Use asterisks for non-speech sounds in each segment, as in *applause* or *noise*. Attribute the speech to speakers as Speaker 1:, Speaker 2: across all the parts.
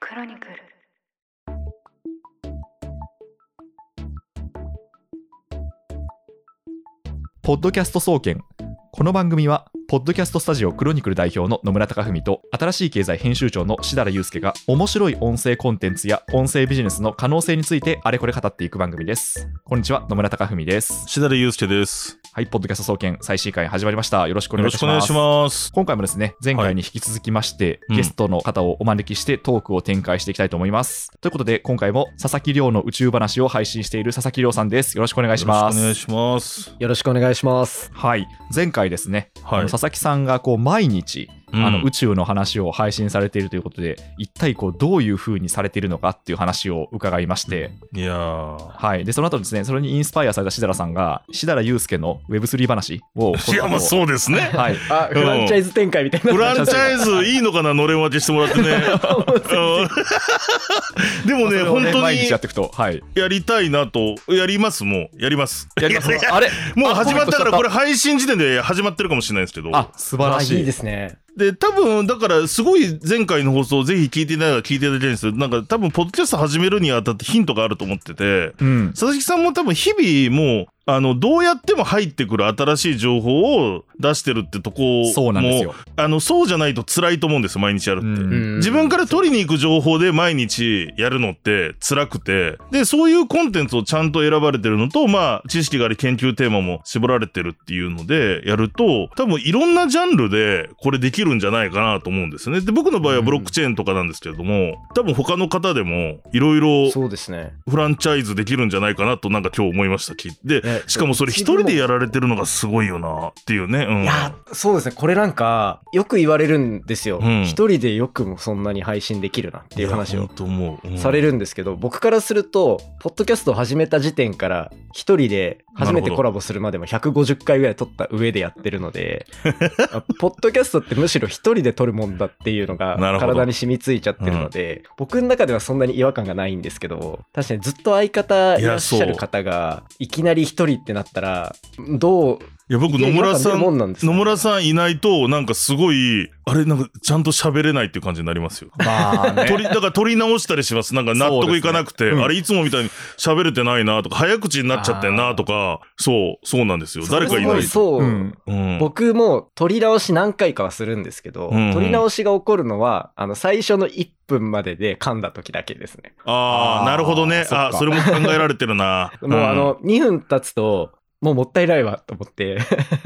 Speaker 1: クロニクル
Speaker 2: ポッドキャスト総研この番組はポッドキャストスタジオクロニクル代表の野村隆文と新しい経済編集長の志田祐介が面白い音声コンテンツや音声ビジネスの可能性についてあれこれ語っていく番組ですこんにちは野村隆文です
Speaker 3: しだれゆうすけです。
Speaker 2: はいポッドキャスト総研最新回始まりましたよろしくお
Speaker 3: よ
Speaker 2: 願いい
Speaker 3: ろ
Speaker 2: たし
Speaker 3: しくお願
Speaker 2: ま
Speaker 3: い
Speaker 2: す
Speaker 3: します。
Speaker 2: 今回もですね前回に引き続きまして、
Speaker 3: うん
Speaker 2: ゲストの方をお招きしてトークを展開していきたいと思います、ということで今回も佐々木亮の宇宙話を配信している佐々木亮さんですよろしくお願いします
Speaker 3: よろしくお願いします。
Speaker 4: よろしくお願いします。
Speaker 2: はい前回ですねあ
Speaker 3: はい
Speaker 2: の。佐々木さんがこう毎日、
Speaker 3: うん
Speaker 2: あの宇宙の話を配信されているということで一体こうどういう風にされているのかっていう話を伺いまして、
Speaker 3: いやー。
Speaker 2: はい、でその後ですねそれにインスパイアされたしだらさんがしだらゆうすけの Web3 話をこの後
Speaker 3: いや、まあそうですね。 *laughs*
Speaker 2: はい、
Speaker 4: あ、フランチャイズ展開みたい
Speaker 3: フ
Speaker 4: な。
Speaker 3: ランチャイズいいのかな、のれん分けしてもらってね。うんでも
Speaker 2: そ
Speaker 3: ね、
Speaker 2: れを
Speaker 3: 本当
Speaker 2: 毎
Speaker 3: に
Speaker 2: 日やっていくと、はい、
Speaker 3: やりたいなと、やります、もう。やります。
Speaker 2: やります
Speaker 3: いやいや
Speaker 2: あれ
Speaker 3: もう始まったから、これ
Speaker 2: あ
Speaker 3: 配信時点で始まってるかもしれないですけど。
Speaker 2: あ素晴ら
Speaker 4: あ、
Speaker 2: し
Speaker 4: い
Speaker 2: い
Speaker 4: いですね。
Speaker 3: で、多分、だから、すごい前回の放送、ぜひ聞いていないが聞いていただきたいんですけど、なんか多分、ポッドキャスト始めるにあたってヒントがあると思ってて。
Speaker 2: うん、
Speaker 3: 佐々木さんも多分日々もうあのどうやっても入ってくる新しい情報を出してるってとこ
Speaker 2: そうなんです
Speaker 3: も
Speaker 2: よ、
Speaker 3: あのそうじゃないと辛いと思うんですよ毎日やるって。
Speaker 2: うん
Speaker 3: 自分から取りに行く情報で毎日やるのって辛くてでそういうコンテンツをちゃんと選ばれてるのとまあ知識があり研究テーマも絞られてるっていうのでやると多分いろんなジャンルでこれできるんじゃないかなと思うんですよねで僕の場合はブロックチェーンとかなんですけれども多分他の方でもいろいろ
Speaker 4: そうですね。
Speaker 3: フランチャイズできるんじゃないかなとなんか今日思いました聞いて
Speaker 4: ね
Speaker 3: しかもそれ一人でやられてるのがすごいよなっていうね、うん、
Speaker 4: いや、そうですね。これなんか、よく言われるんですよ。
Speaker 3: うん
Speaker 4: 一人でよくもそんなに配信できるなっていう話
Speaker 3: や
Speaker 4: を
Speaker 3: ほんと思う、うん
Speaker 4: されるんですけど、僕からすると、ポッドキャストを始めた時点から、一人で初
Speaker 3: なる
Speaker 4: め
Speaker 3: ほ
Speaker 4: て
Speaker 3: ど
Speaker 4: コラボするまでも150回ぐらい撮った上でやってるの
Speaker 3: *laughs*
Speaker 4: で、あポッドキャストってむしろ一人で撮るもんだっていうのが
Speaker 3: なるほど
Speaker 4: 体に染みついちゃってるので、僕の中ではそんなに違和感がないんですけど、確かにずっと相方いらっしゃる方が、いきなり一人ってなったら、どう、
Speaker 3: いや僕野村
Speaker 4: いや違和感出
Speaker 3: さ
Speaker 4: るも
Speaker 3: ん
Speaker 4: んなんです
Speaker 3: 野
Speaker 4: か
Speaker 3: 村さんいないとなんかすごいあれなんかちゃんと喋れないっていう感じになりますよ
Speaker 2: まあね
Speaker 3: 取りだから取り直したりしますなんか納得いかなく
Speaker 2: そ
Speaker 3: て、
Speaker 2: うですねうん
Speaker 3: あれいつもみたいに喋れてないなとか早口になっちゃってんなとかそうそうなんですよ誰かいないと、
Speaker 4: そう、
Speaker 2: うん、
Speaker 3: うん、
Speaker 4: 僕も撮り直し何回かはするんですけど、
Speaker 3: うんうん
Speaker 4: 撮り直しが起こるのは、あの、最初の1分までで噛んだ時だけですね。
Speaker 3: あ
Speaker 2: あー
Speaker 3: あなるほどね
Speaker 2: そっか
Speaker 3: あそれも考えられてるな
Speaker 4: *laughs* もうあの、2分経つと、もうもったいないわと思って。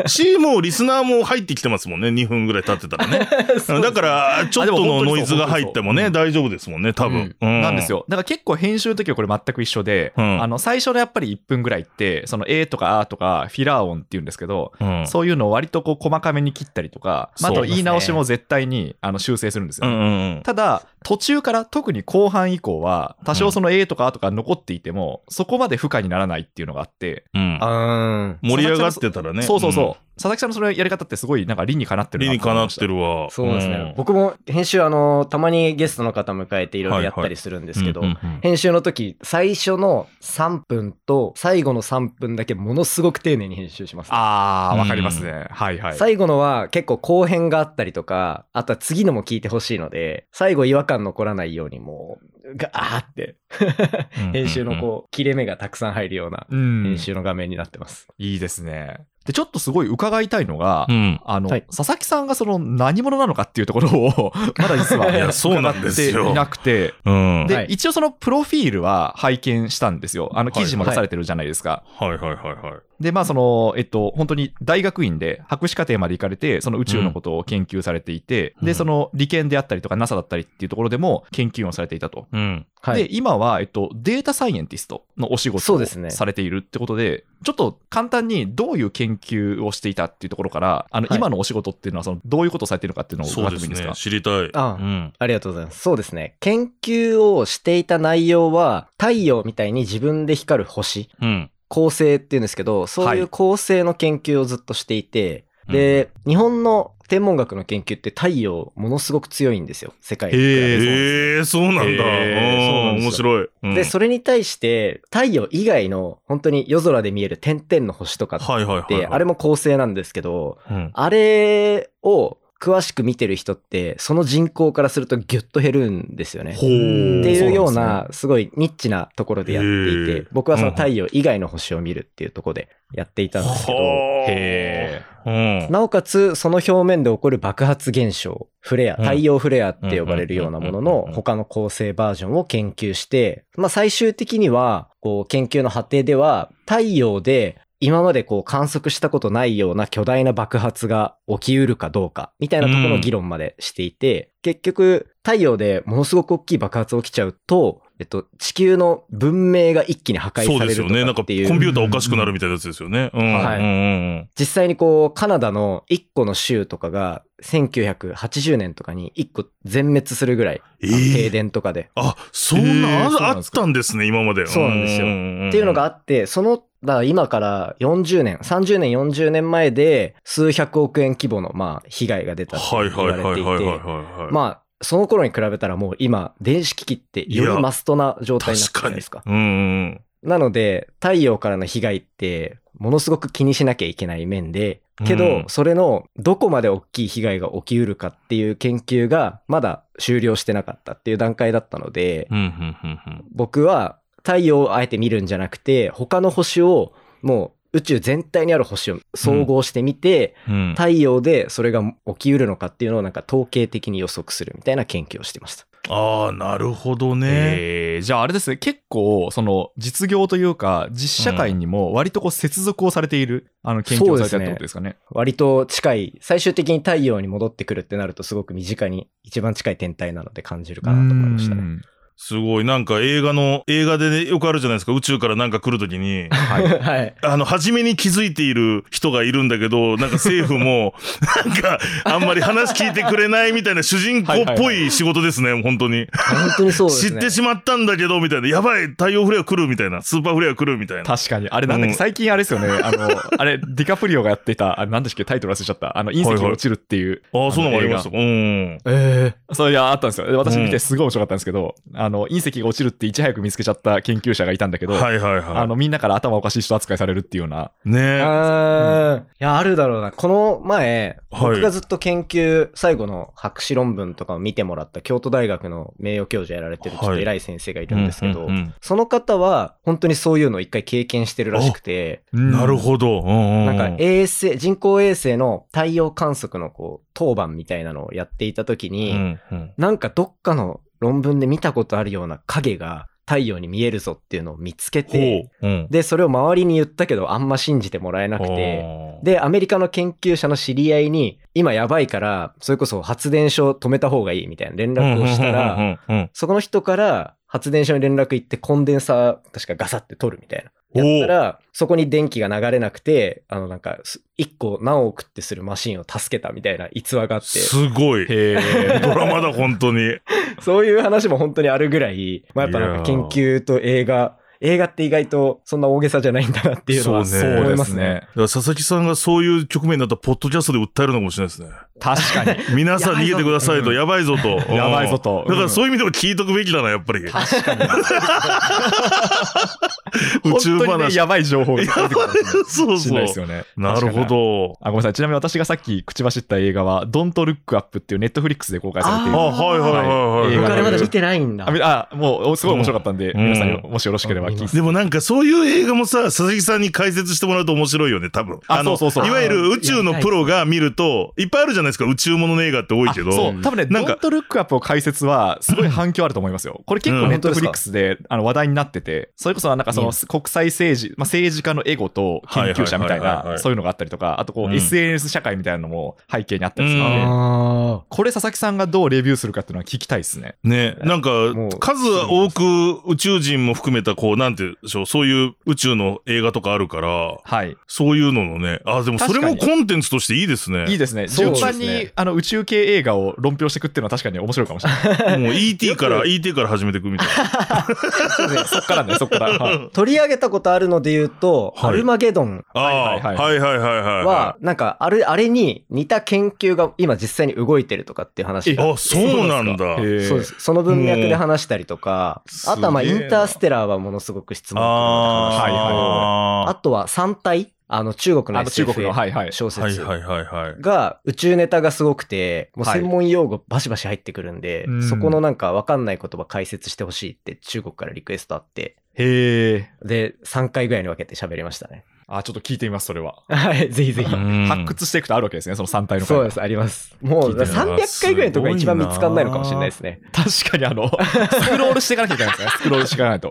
Speaker 3: し、もうリスナーも入ってきてますもんね。2分ぐらい経ってたらね。
Speaker 4: *laughs*
Speaker 3: だから、ちょっとのノイズが入って
Speaker 2: あで
Speaker 3: もね、
Speaker 2: も本当にそう
Speaker 3: 大丈夫ですもんね、多分。う
Speaker 2: なんです。よだから結構編集の時はこれ全く一緒で、
Speaker 3: うん
Speaker 2: あの最初のやっぱり1分ぐらいってその A とか A とかフィラー音っていうんですけど、
Speaker 3: うん。
Speaker 2: そういうのを割とこう細かめに切ったりとか、まあ、あ
Speaker 3: そ
Speaker 2: と
Speaker 3: うですね
Speaker 2: 言い直しも絶対にあの修正するんです
Speaker 3: う
Speaker 2: よ、
Speaker 3: んうんうん。
Speaker 2: ただ途中から特に後半以降は多少その A とか A とか残っていてもそこまで負荷にならないっていうのがあって、
Speaker 3: うん
Speaker 4: うん。
Speaker 3: 盛り上がってたらね。
Speaker 2: そうそうそう、
Speaker 3: ん。
Speaker 2: 佐々木さんのそのやり方ってすごいなんか理にかなってる
Speaker 3: 理
Speaker 2: な
Speaker 3: にかなって
Speaker 2: る
Speaker 3: るわ。
Speaker 4: そうですね。
Speaker 3: ん
Speaker 4: 僕も編集、あの、たまにゲストの方迎えていろいろやっ
Speaker 3: はいは
Speaker 4: た
Speaker 3: い
Speaker 4: りするんですけど、
Speaker 3: うんうん
Speaker 4: 編集の時、最初の3分と最後の3分だけものすごく丁寧に編集します。
Speaker 2: あーわかりますね、
Speaker 3: う
Speaker 2: はいはい
Speaker 4: 最後のは結構後編があったりとか、あとは次のも聞いてほしいので、最後違和感残らないようにもう、ガーって、
Speaker 3: うん
Speaker 4: 編集のこう、切れ目がたくさん入るような
Speaker 2: うん
Speaker 4: 編集の画面になってます。
Speaker 2: いいですねでちょっとすごい伺いたいのが、
Speaker 3: うん。
Speaker 2: あの
Speaker 4: はい
Speaker 2: 佐々木さんがその何者なのかっていうところを *laughs* まだ実はい
Speaker 4: や
Speaker 3: そうなんです
Speaker 2: *laughs* 伺って
Speaker 3: よ
Speaker 2: いなくて
Speaker 3: うん。
Speaker 2: で、
Speaker 4: はい
Speaker 2: 一応そのプロフィールは拝見したんですよ。あの
Speaker 3: は
Speaker 2: 記
Speaker 3: い
Speaker 2: 事も出されてるじゃないですか。
Speaker 3: はいはいはいはい。
Speaker 2: で、まあその、えっと、本当に大学院で博士課程まで行かれて、その宇宙のことを研究されていて、
Speaker 3: うん
Speaker 2: で、その利権であったりとか NASA だったりっていうところでも研究をされていたと。
Speaker 3: うん。
Speaker 4: *laughs* はい。
Speaker 2: で、今は、えっと、データサイエンティストのお仕事
Speaker 4: そう
Speaker 2: を
Speaker 4: ですね
Speaker 2: されているってことで、ちょっと簡単にどういう研究をしていたっていうところから、あの、
Speaker 4: はい
Speaker 2: 今のお仕事っていうのは、その、どういうことをされているのかっていうのを伺
Speaker 3: そ
Speaker 2: っ
Speaker 3: う
Speaker 2: ても
Speaker 3: で
Speaker 2: いい
Speaker 3: す
Speaker 2: です
Speaker 3: ね
Speaker 2: か。。
Speaker 3: 知りたい。
Speaker 4: あ
Speaker 3: うん。
Speaker 4: ありがとうございます。そうですね。研究をしていた内容は、太陽みたいに自分で光る星、
Speaker 3: うん。
Speaker 4: 恒星っていうんですけど、そうい
Speaker 2: はいう
Speaker 4: 恒星の研究をずっとしていて、で、日本の天文学の研究って太陽ものすごく強いんですよ。世界に比べて
Speaker 3: ええ、そうなんだ。
Speaker 2: へーそうな
Speaker 3: うんん
Speaker 2: で
Speaker 3: 面
Speaker 2: す
Speaker 3: 白い。うん
Speaker 4: で、それに対して、太陽以外の本当に夜空で見える点々の星とかって、
Speaker 3: はいはいはいはい。
Speaker 4: あれも恒星なんですけど、
Speaker 3: うん、
Speaker 4: あれを詳しく見てる人って、その人口からするとギュッと減るんですよね。
Speaker 3: ほう。
Speaker 4: っていうよう
Speaker 2: そうなん
Speaker 4: な、すごいニッチなところでやって
Speaker 3: へ
Speaker 4: い
Speaker 3: え
Speaker 4: て、僕はそ
Speaker 3: うん
Speaker 4: の
Speaker 3: うん
Speaker 4: 太陽以外の星を見るっていうところでやっていたんですけど、
Speaker 3: へ
Speaker 2: へ
Speaker 3: え。
Speaker 4: なおかつ、その表面で起こる爆発現象、フレア、
Speaker 3: うん
Speaker 4: 太陽フレアって呼ばれるようなも
Speaker 3: うんうん
Speaker 4: の
Speaker 3: うん
Speaker 4: の
Speaker 3: うんうん
Speaker 4: 他の構成バージョンを研究して、まあ最終的には、こう研究の果てでは、太陽で今までこう観測したことないような巨大な爆発が起きうるかどうか、みたいなところの議論までしていて、結局、太陽でものすごく大きい爆発起きちゃうと、えっと、地球の文明が一気に破壊
Speaker 3: そう
Speaker 4: さ
Speaker 3: で
Speaker 4: れ
Speaker 3: すよ
Speaker 4: る
Speaker 3: ね。な
Speaker 4: と
Speaker 3: んかコ
Speaker 4: かっ
Speaker 3: ンピ
Speaker 4: ていう
Speaker 3: ューターおかしくなるみたいなやつですよね。うん。
Speaker 4: はい
Speaker 3: うんうん
Speaker 4: 実際にこう、カナダの1個の州とかが、1980年とかに1個全滅するぐらい、
Speaker 3: え
Speaker 4: あの
Speaker 3: ー
Speaker 4: 停電とかで。
Speaker 3: あ、そん
Speaker 2: へえ
Speaker 3: な、
Speaker 2: そうな
Speaker 3: あ
Speaker 2: ん
Speaker 3: あ
Speaker 2: で
Speaker 3: っ
Speaker 2: すか
Speaker 3: たんですね、今まで。
Speaker 4: そうなんですよ
Speaker 3: よ
Speaker 4: っていうのがあって、その、だから今から40年、30年、40年前で、数百億円規模の、まあ、被害が出たって
Speaker 3: はい
Speaker 4: 言
Speaker 3: はい
Speaker 4: わ
Speaker 3: はいは
Speaker 4: れて
Speaker 3: い
Speaker 4: い
Speaker 3: はい
Speaker 4: て、
Speaker 3: はいはい。
Speaker 4: まあ、その頃に比べたらもう今、電子機器ってよりマストな状態になってるじゃないですか。
Speaker 3: うんうん
Speaker 4: なので、太陽からの被害って、ものすごく気にしなきゃいけない面で、け
Speaker 3: うん
Speaker 4: ど、それのどこまで大きい被害が起きうるかっていう研究が、まだ終了してなかったっていう段階だったので
Speaker 3: うん。う、んうんうんうん。
Speaker 4: 僕は太陽をあえて見るんじゃなくて、他の星を、もう宇宙全体にある星を総合してみて、
Speaker 3: うん
Speaker 4: 太陽でそれが起きうるのかっていうのをなんか統計的に予測するみたいな研究をしてました。
Speaker 3: ああ、なるほどね。
Speaker 2: えーじゃああれですね結構その実業というか実社会にも割とこう接続をされている、あの研究をされてるってことですかね。
Speaker 4: 割と近い、最終的に太陽に戻ってくるってなるとすごく身近に一番近い天体なので感じるかなと思いました
Speaker 2: う
Speaker 4: ね。
Speaker 2: ん
Speaker 3: すごい、なんか映画の、映画でね、よくあるじゃないですか、宇宙からなんか来るときに。
Speaker 2: はい、
Speaker 4: *laughs* はい。
Speaker 3: *laughs* あの、初めに気づいている人がいるんだけど、なんか政府も、 *laughs* なんか、あんまり話聞いてくれないみたいな主人公っぽい仕事ですね、本当に。
Speaker 4: 本当にそうです
Speaker 3: 知
Speaker 4: ね。
Speaker 3: ってしまったんだけど、みたいな。やばい、太陽フレア来るみたいな。スーパーフレア来るみたいな。
Speaker 2: 確かに。あれなんだっけ、
Speaker 3: うん
Speaker 2: 最近あれですよね。あの、あれ、ディカプリオがやってた、あれなんだっけ、タイトル忘れちゃった。あの、隕石が落ちるっていう。
Speaker 3: ああ、そんなのもありました
Speaker 2: 映
Speaker 3: か。うん。
Speaker 4: え
Speaker 2: 画そういや、あったんですよ。で私見
Speaker 3: う
Speaker 2: て
Speaker 3: ん
Speaker 2: すごい面白かったんですけど、あの、隕石が落ちるっていち早く見つけちゃった研究者がいたんだけど、
Speaker 3: はいはい
Speaker 2: あ
Speaker 3: は
Speaker 2: の、みんなから頭おかしい人扱いされるっていうような。
Speaker 3: い。ね
Speaker 4: え
Speaker 3: え。
Speaker 4: あーいや、あるだろうな。この前、
Speaker 3: はい
Speaker 4: 僕がずっと研究、最後の博士論文とかを見てもらった京都大学の名誉教授やられてるちょっと偉い先生がいるんですけ
Speaker 3: う
Speaker 4: ど、
Speaker 3: んうん
Speaker 4: その方は本当にそういうのを一回経験してるらしくて、
Speaker 3: うんなる
Speaker 2: ど。
Speaker 3: ほど。うんう
Speaker 4: なんんか衛星、人工衛星の太陽観測のこう、当番みたいなのをやっていた時
Speaker 3: う
Speaker 4: に、
Speaker 3: んうん
Speaker 4: なんかどっかの論文で見たことあるような影が太陽に見えるぞっていうのを見つけて、
Speaker 3: ほう。うん。
Speaker 4: で、それを周りに言ったけどあんま信じてもらえなくて、
Speaker 3: あー、
Speaker 4: で、アメリカの研究者の知り合いに、今やばいから、それこそ発電所止めた方がいいみたいな連絡をした
Speaker 3: うんう
Speaker 4: ら、
Speaker 3: んうんうん
Speaker 4: そこの人から発電所に連絡行ってコンデンサー確かガサって取るみたいな。
Speaker 3: お
Speaker 4: やったら、そこに電気が流れなくて、あのなんか、す一個何億ってするマシンを助けたみたいな逸話があって、
Speaker 3: すごい。
Speaker 2: へえ。
Speaker 3: ドラマだ、本当に。
Speaker 4: *laughs* そういう話も本当にあるぐらい、まあ、やっぱなんか
Speaker 3: いや
Speaker 4: 研
Speaker 3: ー
Speaker 4: 究と映画、映画って意外とそんな大げさじゃないんだなっていうの
Speaker 3: *laughs*
Speaker 4: は
Speaker 3: そうね
Speaker 4: 思いますね。。
Speaker 3: だから佐々木さんがそういう局面になったらポッドキャストで訴えるのかもしれないですね。
Speaker 2: 確か
Speaker 3: *laughs*
Speaker 2: に。
Speaker 3: 皆さん逃げてくださいと、やばいぞ
Speaker 4: *laughs*
Speaker 3: と。うん
Speaker 2: やばいぞと。
Speaker 3: だからそう
Speaker 2: い
Speaker 3: いう意味でも聞いとくべきだな、やっぱり。宇
Speaker 4: 確かに。
Speaker 2: うん、本
Speaker 3: 宙
Speaker 2: 当にね、
Speaker 3: 話。
Speaker 2: やばい情報が出てくるかもしれない
Speaker 3: そう
Speaker 2: しん
Speaker 3: そ
Speaker 2: な
Speaker 3: う
Speaker 2: いで。すよね。
Speaker 3: なるほど。
Speaker 2: あ、ごめんなさい。ちなみに私がさっき口走った映画は、Don't Look Up っていうネットフリックスで公開されている。
Speaker 3: あ、
Speaker 4: ー
Speaker 3: はいはいはい
Speaker 2: 映
Speaker 4: 僕
Speaker 2: 画の
Speaker 4: あれ
Speaker 2: ね
Speaker 4: まだ見てないんだ
Speaker 2: あ。みあ、もう、すごい面白かったんで、
Speaker 3: うん
Speaker 2: 皆さん
Speaker 3: う
Speaker 2: よ、もしよろしければ聞いて。
Speaker 3: でもなんかそういう映画もさ、佐々木さんに解説してもらうと面白いよね、多分。
Speaker 2: あ
Speaker 3: の
Speaker 2: そうそうそう
Speaker 3: いわゆる宇宙のプロが見ると、いっぱいあるじゃないですか、宇宙ものの映画って多いけど。
Speaker 2: あそう、多分ね、
Speaker 3: なん
Speaker 2: ド
Speaker 3: か
Speaker 2: ントルックアップを解説は、すごい反響あると思いますよ。これ結
Speaker 3: う
Speaker 2: 構
Speaker 3: ん
Speaker 2: ネットフリックスで、あの話題になってて、それこそなんかその
Speaker 4: うん
Speaker 2: 国際政治、まあ、政治家のエゴと研究者みたい
Speaker 3: はいはいはいはいは
Speaker 2: な、
Speaker 3: い
Speaker 2: そういうのがあったりとか、あとこ
Speaker 3: う
Speaker 2: う、
Speaker 3: ん
Speaker 2: SNS 社会みたいなのも背景にあったりする
Speaker 3: う
Speaker 2: ので、
Speaker 4: あ
Speaker 2: これ佐々木さんがどうレビューするかっていうのは聞きたいですね。
Speaker 3: ね、なんか
Speaker 4: もう、
Speaker 3: 数多く宇宙人も含めた、こう、なんて言うんでしょう、そういう宇宙の映画とかあるから、
Speaker 2: はい。
Speaker 3: そういうののね、あ、でもそれも
Speaker 2: 確か
Speaker 3: コンテンツとしていいですね。
Speaker 2: いいですね。
Speaker 4: そ
Speaker 2: 順
Speaker 4: うですね
Speaker 2: 番に、あの、宇宙系映画を論評していくっていうのは確かに面白いかもしれない。
Speaker 3: もう ET か
Speaker 4: よ
Speaker 3: ら、
Speaker 4: く
Speaker 3: ET から始めていくみたいな。
Speaker 2: *laughs* そうですねそっからね、そっ *laughs* から。はい
Speaker 4: ー取り上げたことあるので言うと、
Speaker 3: はい
Speaker 4: アルマゲドン
Speaker 3: ああー、
Speaker 2: は
Speaker 3: はいい
Speaker 2: は
Speaker 3: はいはいはいはい。
Speaker 4: は、なんかあれ、あれに似た研究が今実際に動いてるとかっていう話が
Speaker 3: あ、そうなんだ。
Speaker 2: へー
Speaker 4: そうです。その文脈で話したりとか
Speaker 3: う、ん
Speaker 4: あとはまあ
Speaker 3: す
Speaker 4: イ
Speaker 3: げえな
Speaker 4: ンターステラーはものすごく質問
Speaker 3: ああ、
Speaker 4: が
Speaker 2: はいはいはい
Speaker 4: あとは三体あの中国の
Speaker 2: あの中
Speaker 4: SF
Speaker 2: 国の、はいはい。
Speaker 4: 小説。
Speaker 3: はいはいはいはい。
Speaker 4: が宇宙ネタがすごくて、もう
Speaker 2: はい
Speaker 4: 専門用語バシバシ入ってくるんで、
Speaker 2: うん
Speaker 4: そこのなんかわかんない言葉解説してほしいって中国からリクエストあって、
Speaker 2: へえ。
Speaker 4: で、3回ぐらいに分けて喋りましたね。 *laughs*
Speaker 2: あ、ちょっと聞いてみます、それは。
Speaker 4: はい、ぜひぜひ。
Speaker 2: 発掘していくとあるわけですね、その3体の
Speaker 4: そう
Speaker 2: 回
Speaker 4: です、あります。もう
Speaker 3: 聞いてない
Speaker 4: 300回ぐらいのとこが一番見つかんないのかもしれないですね。
Speaker 2: 確かにあ *laughs* の、スクロールしていかなきゃいけないですね。スクロールしていかないと。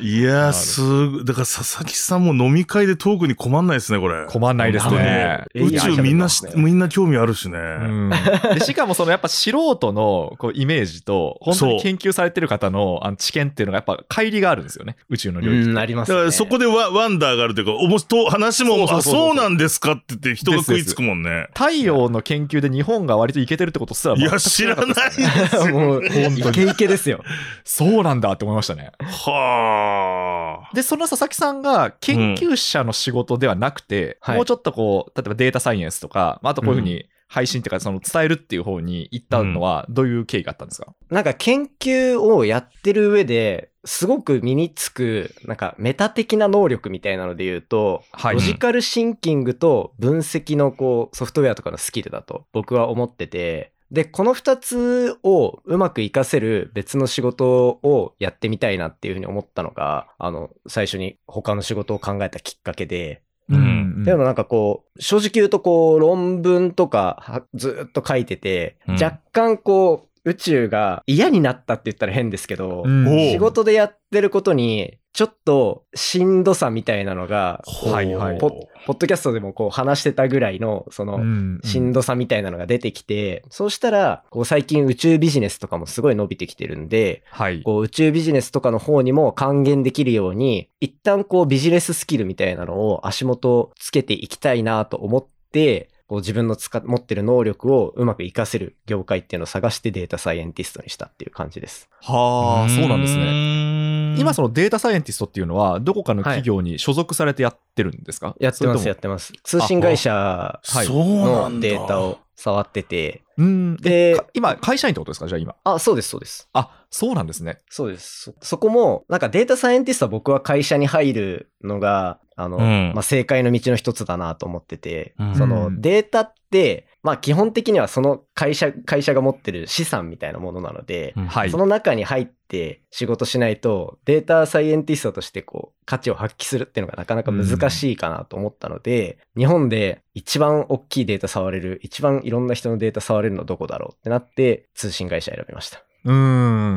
Speaker 3: いやー、すごいだから佐々木さんも飲み会でトークに困んないですね、これ。
Speaker 2: 困んないですね。
Speaker 4: 本当
Speaker 3: 宇
Speaker 4: に
Speaker 2: いや
Speaker 3: 宙みんなし
Speaker 4: いや
Speaker 3: みんな興味あるしね。
Speaker 2: うんでしかもそのやっぱ素人のこうイメージと本当に研究されてる方のあの知見っていうのがやっぱ乖離があるんですよね宇宙の領域、
Speaker 4: うん、ありま
Speaker 3: だ
Speaker 4: す
Speaker 3: か
Speaker 4: ね。
Speaker 3: らそこでワワンダーがあるというか、おもしと話も、
Speaker 2: そうそう
Speaker 3: あ、
Speaker 2: そうそう
Speaker 3: そうなんですかって言って人が食いつくもんね。
Speaker 2: 太陽の研究で日本が割といけてるってことすら
Speaker 3: い
Speaker 2: 全
Speaker 3: や、
Speaker 2: く
Speaker 3: 知らな
Speaker 2: か
Speaker 3: い
Speaker 2: ったで
Speaker 3: で
Speaker 2: すね
Speaker 3: すよ。
Speaker 4: *laughs* もう、イケイケですよ。
Speaker 2: そうなんだって思いましたね
Speaker 3: はあ。
Speaker 2: でその佐々木さんが研究者の仕事ではなくて、
Speaker 4: うんはい
Speaker 2: もうちょっとこう例えばデータサイエンスとか、まあ、あとこういうふうに配信っていうかその伝えるっていう方に行ったのはどういう経緯があったんですか、
Speaker 4: なんか研究をやってる上で、すごく身につく、なんかメタ的な能力みたいなので言うと、
Speaker 2: はい
Speaker 4: ロジカルシンキングと分析のこうソフトウェアとかのスキルだと僕は思ってて、で、この二つをうまく活かせる別の仕事をやってみたいなっていうふうに思ったのが、あの、最初に他の仕事を考えたきっかけで、
Speaker 3: うん
Speaker 4: でもなんかこう、正直言うとこう、論文とかはずーっと書いてて、
Speaker 3: うん
Speaker 4: 若干こう、宇宙が嫌になったって言ったら変ですけど、
Speaker 2: うん
Speaker 3: おう
Speaker 4: 仕事でやってることに、ちょっとしんどさみたいなのが、こう
Speaker 2: はいはい
Speaker 4: ポッポッドキャストでもこう話してたぐらいの、その、
Speaker 2: うん
Speaker 4: しんどさみたいなのが出てきて、そうしたら、こう最近宇宙ビジネスとかもすごい伸びてきてるんで、
Speaker 2: はい
Speaker 4: こう宇宙ビジネスとかの方にも還元できるように、一旦こうビジネススキルみたいなのを足元つけていきたいなと思って、こう自分の使っ持ってる能力をうまく活かせる業界っていうのを探してデータサイエンティストにしたっていう感じです。
Speaker 2: はあそうなんですね
Speaker 3: ね
Speaker 2: 今そのデータサイエンティストっていうのはどこかの企業に所属されてやってるんですか、
Speaker 4: やってま
Speaker 2: そ
Speaker 4: す、
Speaker 2: れ
Speaker 4: やっ
Speaker 2: とも
Speaker 4: てます。通信会社
Speaker 2: はい
Speaker 3: そうなんだ
Speaker 4: のデータを触ってて、
Speaker 2: うん
Speaker 4: で
Speaker 2: でか今会社員ってことですかじゃあ今
Speaker 4: あ、そうです、そうです。
Speaker 2: あそうなんですね
Speaker 4: そうです。そそこも、なんかデータサイエンティストは僕は会社に入るのが、あの、
Speaker 3: うん
Speaker 4: まあ、正解の道の一つだなと思ってて、
Speaker 3: うん
Speaker 4: そ
Speaker 2: うん
Speaker 4: のデータって、まあ基本的にはその会社、会社が持ってる資産みたいなものなので、
Speaker 3: うん
Speaker 2: はい
Speaker 4: その中に入って仕事しないと、データサイエンティストとしてこう、価値を発揮するっていうのがなかなか難しいかなと思ったので、日本で一番大きいデータ触れる、一番いろんな人のデータ触れるのどこだろうってなって、通信会社選びました。
Speaker 2: うーん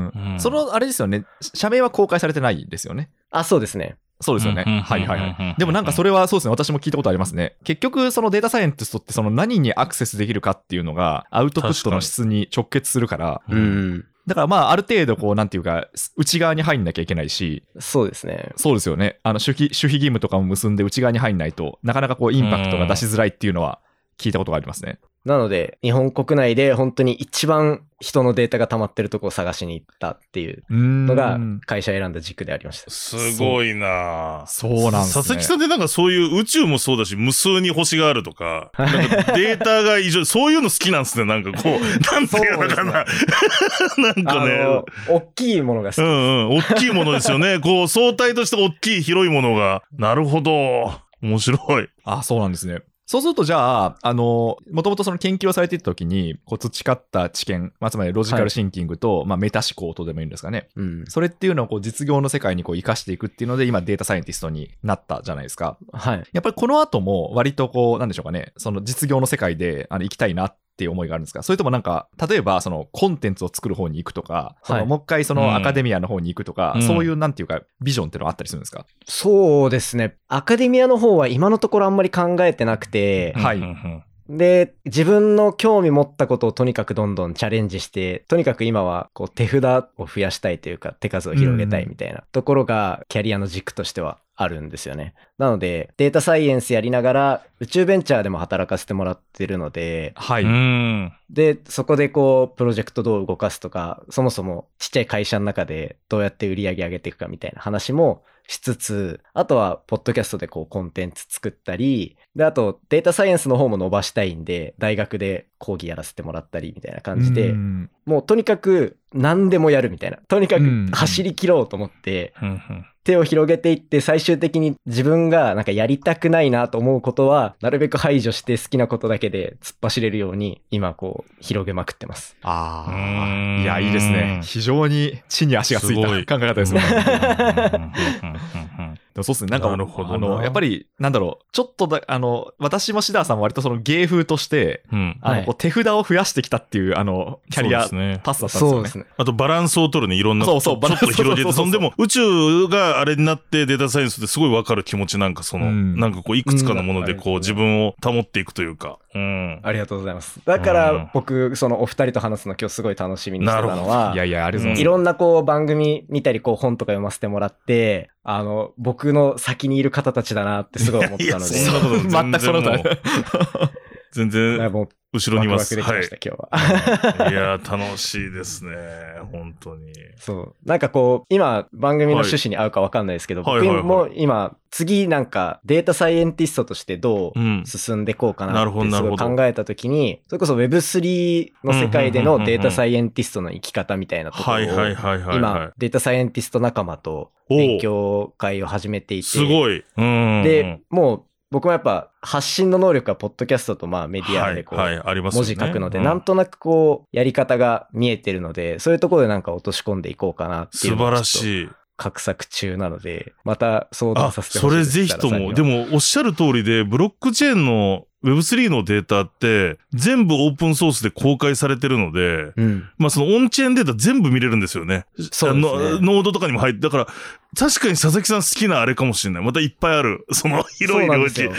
Speaker 3: うん
Speaker 2: そのあれですよね社名は公開されてないですよね
Speaker 4: あ、そうですね。
Speaker 2: そうですよね、
Speaker 3: うんうん
Speaker 2: はいはい
Speaker 3: うんうん
Speaker 2: は
Speaker 3: うん
Speaker 2: いでもなんかそれはそうですね私も聞いたことありますね結局そのデータサイエンティストってその何にアクセスできるかっていうのがアウトプットの質に直結するから
Speaker 3: うん
Speaker 4: うん
Speaker 2: だからまあある程度こうなんていうか内側に入んなきゃいけないし
Speaker 4: そうですね。
Speaker 2: そうですよね。あの守秘守秘義務とかも結んで内側に入んないとなかなかこうインパクトが出しづらいっていうのは聞いたことがありますね。
Speaker 4: なので、日本国内で本当に一番人のデータが溜まってるとこを探しに行ったっていうの
Speaker 2: の
Speaker 4: が、会社選んだ軸でありました。
Speaker 3: すごいなあ
Speaker 2: そうなんですね。
Speaker 3: 佐々木さんってなんかそういう宇宙もそうだし、無数に星がある
Speaker 2: *laughs*
Speaker 3: とか、なんかデータが異常、そういうの好きなんですね、なんかこう、なんていうのかな。 *laughs* なんか
Speaker 4: あ
Speaker 3: ね
Speaker 4: の、、大きいものが
Speaker 3: う
Speaker 4: 好き。
Speaker 3: んうん、大きいものですよね。こう、相対として大きい広いものが。なるほど。面白い。
Speaker 2: あ、そうなんですね。そうするとじゃあ、あの、もともとその研究をされていた時に、こう培った知見、まあ、つまりロジカルシンキングと、まあ、メタ思考とでもいいんですかね。
Speaker 4: うん。
Speaker 2: それっていうのをこう実業の世界にこう生かしていくっていうので、今データサイエンティストになったじゃないですか。
Speaker 4: はい。
Speaker 2: やっぱりこの後も割とこう、なんでしょうかね、その実業の世界であの行きたいなっていう思いがあるんですかそれともなんか、例えばそのコンテンツを作る方に行くとか、そのもう一回そ
Speaker 3: うん
Speaker 2: のアカデミアの方に行くとか、
Speaker 3: うん
Speaker 2: そういうなんていうか、ビジョンっていうのはあったりするんですか、
Speaker 4: そうですね。アカデミアの方は今のところあんまり考えてなくて、
Speaker 2: はい
Speaker 3: うんうん
Speaker 4: で、自分の興味持ったことをとにかくどんどんチャレンジして、とにかく今はこう手札を増やしたいというか、手数を広げたいみたいなところがキャリアの軸としてはあるんですよね。なので、データサイエンスやりながら宇宙ベンチャーでも働かせてもらってるので、
Speaker 2: は
Speaker 3: う
Speaker 2: い。
Speaker 3: ん。
Speaker 4: で、そこでこう、プロジェクトどう動かすとか、そもそもちっちゃい会社の中でどうやって売り上げ上げていくかみたいな話もしつつ、あとは、ポッドキャストでこう、コンテンツ作ったり、で、あと、データサイエンスの方も伸ばしたいんで、大学で講義やらせてもらったりみたいな感じで、
Speaker 2: うん
Speaker 4: もうとにかく何でもやるみたいな。とにか
Speaker 2: うん
Speaker 4: く走り切ろうと思って、
Speaker 3: うんうん
Speaker 4: 手を広げていって最終的に自分がなんかやりたくないなと思うことはなるべく排除して好きなことだけで突っ走れるように今こう広げまくってます。
Speaker 2: あ
Speaker 3: う
Speaker 2: あ
Speaker 3: ーん
Speaker 2: いやいいですね非常に地に足がついた
Speaker 3: す
Speaker 2: 考
Speaker 3: ご
Speaker 2: え
Speaker 3: い
Speaker 2: 方ですね
Speaker 3: う
Speaker 2: でもそうですね。なんか、
Speaker 3: なるほどな
Speaker 2: あの、やっぱり、なんだろう、ちょっとだ、あの、私もシダーさんも割とその芸風として、
Speaker 3: んうんうんうん
Speaker 2: あの、
Speaker 4: はい
Speaker 2: こう手札を増やしてきたっていう、あの、キャリア
Speaker 3: そうですね
Speaker 2: パスだったんです
Speaker 4: そ
Speaker 2: よ
Speaker 4: うで
Speaker 2: ね。
Speaker 4: すね。
Speaker 3: あとバランスを取るね、いろんな
Speaker 2: そうそう
Speaker 3: ちょちょっと広げ
Speaker 2: バラン
Speaker 3: て、
Speaker 2: スそそ
Speaker 3: そう
Speaker 2: うんそ
Speaker 3: で
Speaker 2: う
Speaker 3: も宇宙があれになってデータサイエンスってすごいわかる気持ちなんかその、
Speaker 2: うん
Speaker 3: なんかこういくつかのもので
Speaker 4: う
Speaker 3: こうん自分を保っていくというか、うん。
Speaker 4: ありがとうございます。だから
Speaker 3: うん
Speaker 4: 僕そのお二人と話すの今日すごい楽しみにしてた
Speaker 3: なる
Speaker 4: の
Speaker 3: ほ
Speaker 4: は。
Speaker 2: いやいや、ありがとうござ
Speaker 4: い
Speaker 2: いま
Speaker 4: ろんなこう番組見たりこう本とか読ませてもらって、あの、僕の先にいる方たちだなってすごい思っ
Speaker 3: い
Speaker 4: た
Speaker 3: や、
Speaker 4: の
Speaker 3: そ
Speaker 4: で、
Speaker 3: んなこと
Speaker 2: 全く
Speaker 3: 全然
Speaker 2: その通り
Speaker 3: もう全
Speaker 4: なんか
Speaker 3: 然
Speaker 4: もう
Speaker 3: 後ろにい
Speaker 4: ワクワ
Speaker 3: ま
Speaker 4: ク
Speaker 3: す。
Speaker 4: でき
Speaker 3: はい
Speaker 4: ました、。今日は。
Speaker 3: いや、楽しいですね。本当に。
Speaker 4: そう。なんかこう、今、番組の趣旨に合うか分かんないですけど、
Speaker 3: はいはいはい
Speaker 4: 僕も今、次なんかデータサイエンティストとしてど
Speaker 3: う。
Speaker 4: うん進んでこうかな
Speaker 3: な
Speaker 4: っ
Speaker 3: るほど
Speaker 4: てす
Speaker 3: な
Speaker 4: ご
Speaker 3: るほ
Speaker 4: い
Speaker 3: ど
Speaker 4: 考えたときに、それこそ Web3 の世界で
Speaker 3: うんうんうんうんうん
Speaker 4: のデータサイエンティストの生き方みたいなとこ
Speaker 3: はい
Speaker 4: ろを、
Speaker 3: はいはいはい、
Speaker 4: 今
Speaker 3: は、
Speaker 4: データサイエンティスト仲間と
Speaker 3: おう
Speaker 4: 勉強会を始めてい
Speaker 3: い。
Speaker 4: て、
Speaker 3: すごい。うん。
Speaker 4: で、もう僕もやっぱ発信の能力がポッドキャストとまあメディ
Speaker 3: は
Speaker 4: アで
Speaker 3: い、
Speaker 4: こう、
Speaker 3: はい、ありますよ
Speaker 4: 文
Speaker 3: ね
Speaker 4: 字書くので、なんとなくこう、やり方が見えてるので、そういうところでなんか落とし込んでいこうかなって
Speaker 3: 素
Speaker 4: いうの
Speaker 3: 晴
Speaker 4: を
Speaker 3: ら
Speaker 4: ちょっと
Speaker 3: しい。
Speaker 4: 画策中なので、また相談
Speaker 3: あ、
Speaker 4: させて
Speaker 3: そ
Speaker 4: ほしい
Speaker 3: れ
Speaker 4: です
Speaker 3: ぜひとも。で
Speaker 4: 設楽
Speaker 3: も、おっしゃる通りで、ブロックチェーンの Web3 のデータって、全部オープンソースで公開されてるので、
Speaker 4: さんにはうん。
Speaker 3: まあそのオンチェーンデータ全部見れるんですよね。
Speaker 4: そうですね
Speaker 3: あのノードとかにも入って、だから、確かに佐々木さん好きなあれかもしれない。またいっぱいある。その広い領域。
Speaker 4: そうなん
Speaker 3: な
Speaker 4: ですよ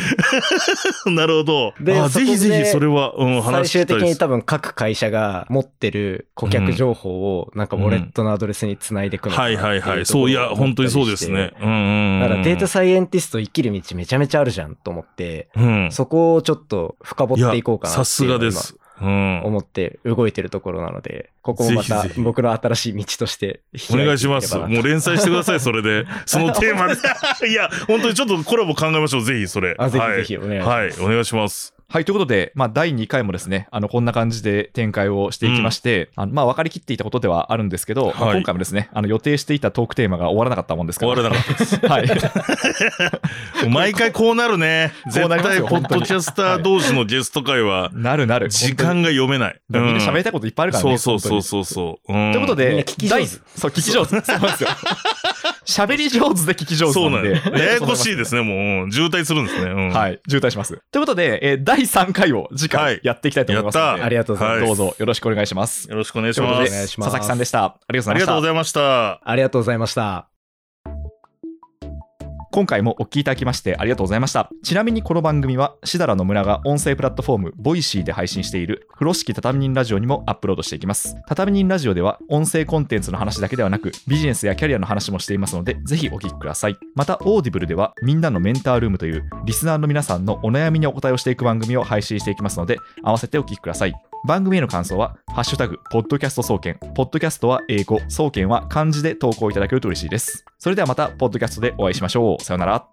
Speaker 3: るほど。
Speaker 4: で
Speaker 3: あ
Speaker 4: そ
Speaker 3: ぜ
Speaker 4: こで
Speaker 3: ひぜひそれは、うん、
Speaker 4: 最
Speaker 3: 話
Speaker 4: 終
Speaker 3: 聞きた
Speaker 4: 的
Speaker 3: いで
Speaker 4: に
Speaker 3: す。
Speaker 4: 多分各会社が持ってる顧客情報をなんかウォレットのアドレスにつないでいくの
Speaker 3: は
Speaker 4: かなって
Speaker 3: い
Speaker 4: とこ
Speaker 3: は
Speaker 4: ろ
Speaker 3: いはい。そう、いや、本当にそうですね。うんうんうん。
Speaker 4: だからデータサイエンティスト生きる道めちゃめちゃあるじゃんと思って、
Speaker 3: うん。
Speaker 4: そこをちょっと深掘っていこうかな
Speaker 3: やさ
Speaker 4: っていう
Speaker 3: すがで
Speaker 4: のを今
Speaker 3: す。うん。
Speaker 4: 思って動いてるところなので、ここもま
Speaker 3: ぜ
Speaker 4: た
Speaker 3: ひぜひ
Speaker 4: 僕の新しい道として引き
Speaker 3: お
Speaker 4: 上
Speaker 3: 願
Speaker 4: げ
Speaker 3: い
Speaker 4: て
Speaker 3: し
Speaker 4: ければな
Speaker 3: ます。もう連載してください、それ
Speaker 4: *laughs*
Speaker 3: で。そのテーマで。 *laughs* いや、本当にちょっとコラボ考えましょう、ぜひ、それ。
Speaker 4: あぜひぜひお願いします。
Speaker 3: はい。はい、お願いします。
Speaker 2: す。はい、ということで、まあ、第2回もですね、あの、こんな感じで展開をしていきまして、あのまあ、分かりきっていたことではあるんですけど、まあ
Speaker 3: はい
Speaker 2: 今回もですね、あの、予定していたトークテーマが終わらなかったもんですか
Speaker 3: 終
Speaker 2: ら。
Speaker 3: わらなかったです。
Speaker 2: た。はい。 *laughs*
Speaker 3: 毎回こうなる
Speaker 4: *laughs*
Speaker 3: ね。
Speaker 2: こう
Speaker 3: 絶
Speaker 2: なります
Speaker 3: 対、
Speaker 2: よ
Speaker 3: ポッドキャスター同士のゲスト会は、
Speaker 2: なるなる。
Speaker 3: 時間が読めない。
Speaker 2: 本当に。みんな喋り
Speaker 3: った
Speaker 2: いこといっぱいあるから
Speaker 3: そ
Speaker 2: ね。
Speaker 3: うそうそう
Speaker 2: 本
Speaker 3: そうそう。
Speaker 2: 当に
Speaker 3: と
Speaker 2: ということで、
Speaker 4: みんな聞き上手
Speaker 2: 第そう、聞き上手。そうなんですよ。喋り上手で聞き上
Speaker 3: そ
Speaker 2: 手
Speaker 3: う
Speaker 2: な
Speaker 3: なんん
Speaker 2: で。
Speaker 3: です。
Speaker 2: *laughs*
Speaker 3: *laughs* ややこしいですね、もううん。渋滞するんですね。うん。
Speaker 2: はい、渋滞します。ということで、えー第3回を次
Speaker 3: は
Speaker 2: 回
Speaker 3: い
Speaker 2: やっていきたいと思いますので、
Speaker 3: やった
Speaker 4: ありがとうござい
Speaker 3: は
Speaker 4: ます。
Speaker 3: い
Speaker 2: どうぞよろしくお願いします。
Speaker 3: よろしくお願いし
Speaker 2: ということ
Speaker 3: ま
Speaker 2: で、
Speaker 4: お願い
Speaker 3: す。
Speaker 4: します
Speaker 2: 佐々木さんでした。ありがとうござい
Speaker 3: あ
Speaker 2: ま
Speaker 3: り
Speaker 2: し
Speaker 3: がと
Speaker 2: た
Speaker 3: うご。ざいました。
Speaker 4: ありがとうございました。
Speaker 2: 今回もお聞きいただきましてありがとうございましたちなみにこの番組はしだらの村が音声プラットフォームボイシーで配信している風呂敷畳人ラジオにもアップロードしていきます畳人ラジオでは音声コンテンツの話だけではなくビジネスやキャリアの話もしていますのでぜひお聞きくださいまたオーディブルではみんなのメンタールームというリスナーの皆さんのお悩みにお答えをしていく番組を配信していきますので合わせてお聞きください番組への感想は、ハッシュタグ、ポッドキャスト総研、ポッドキャストは英語、総研は漢字で投稿いただけると嬉しいです。それではまた、ポッドキャストでお会いしましょう。さようなら。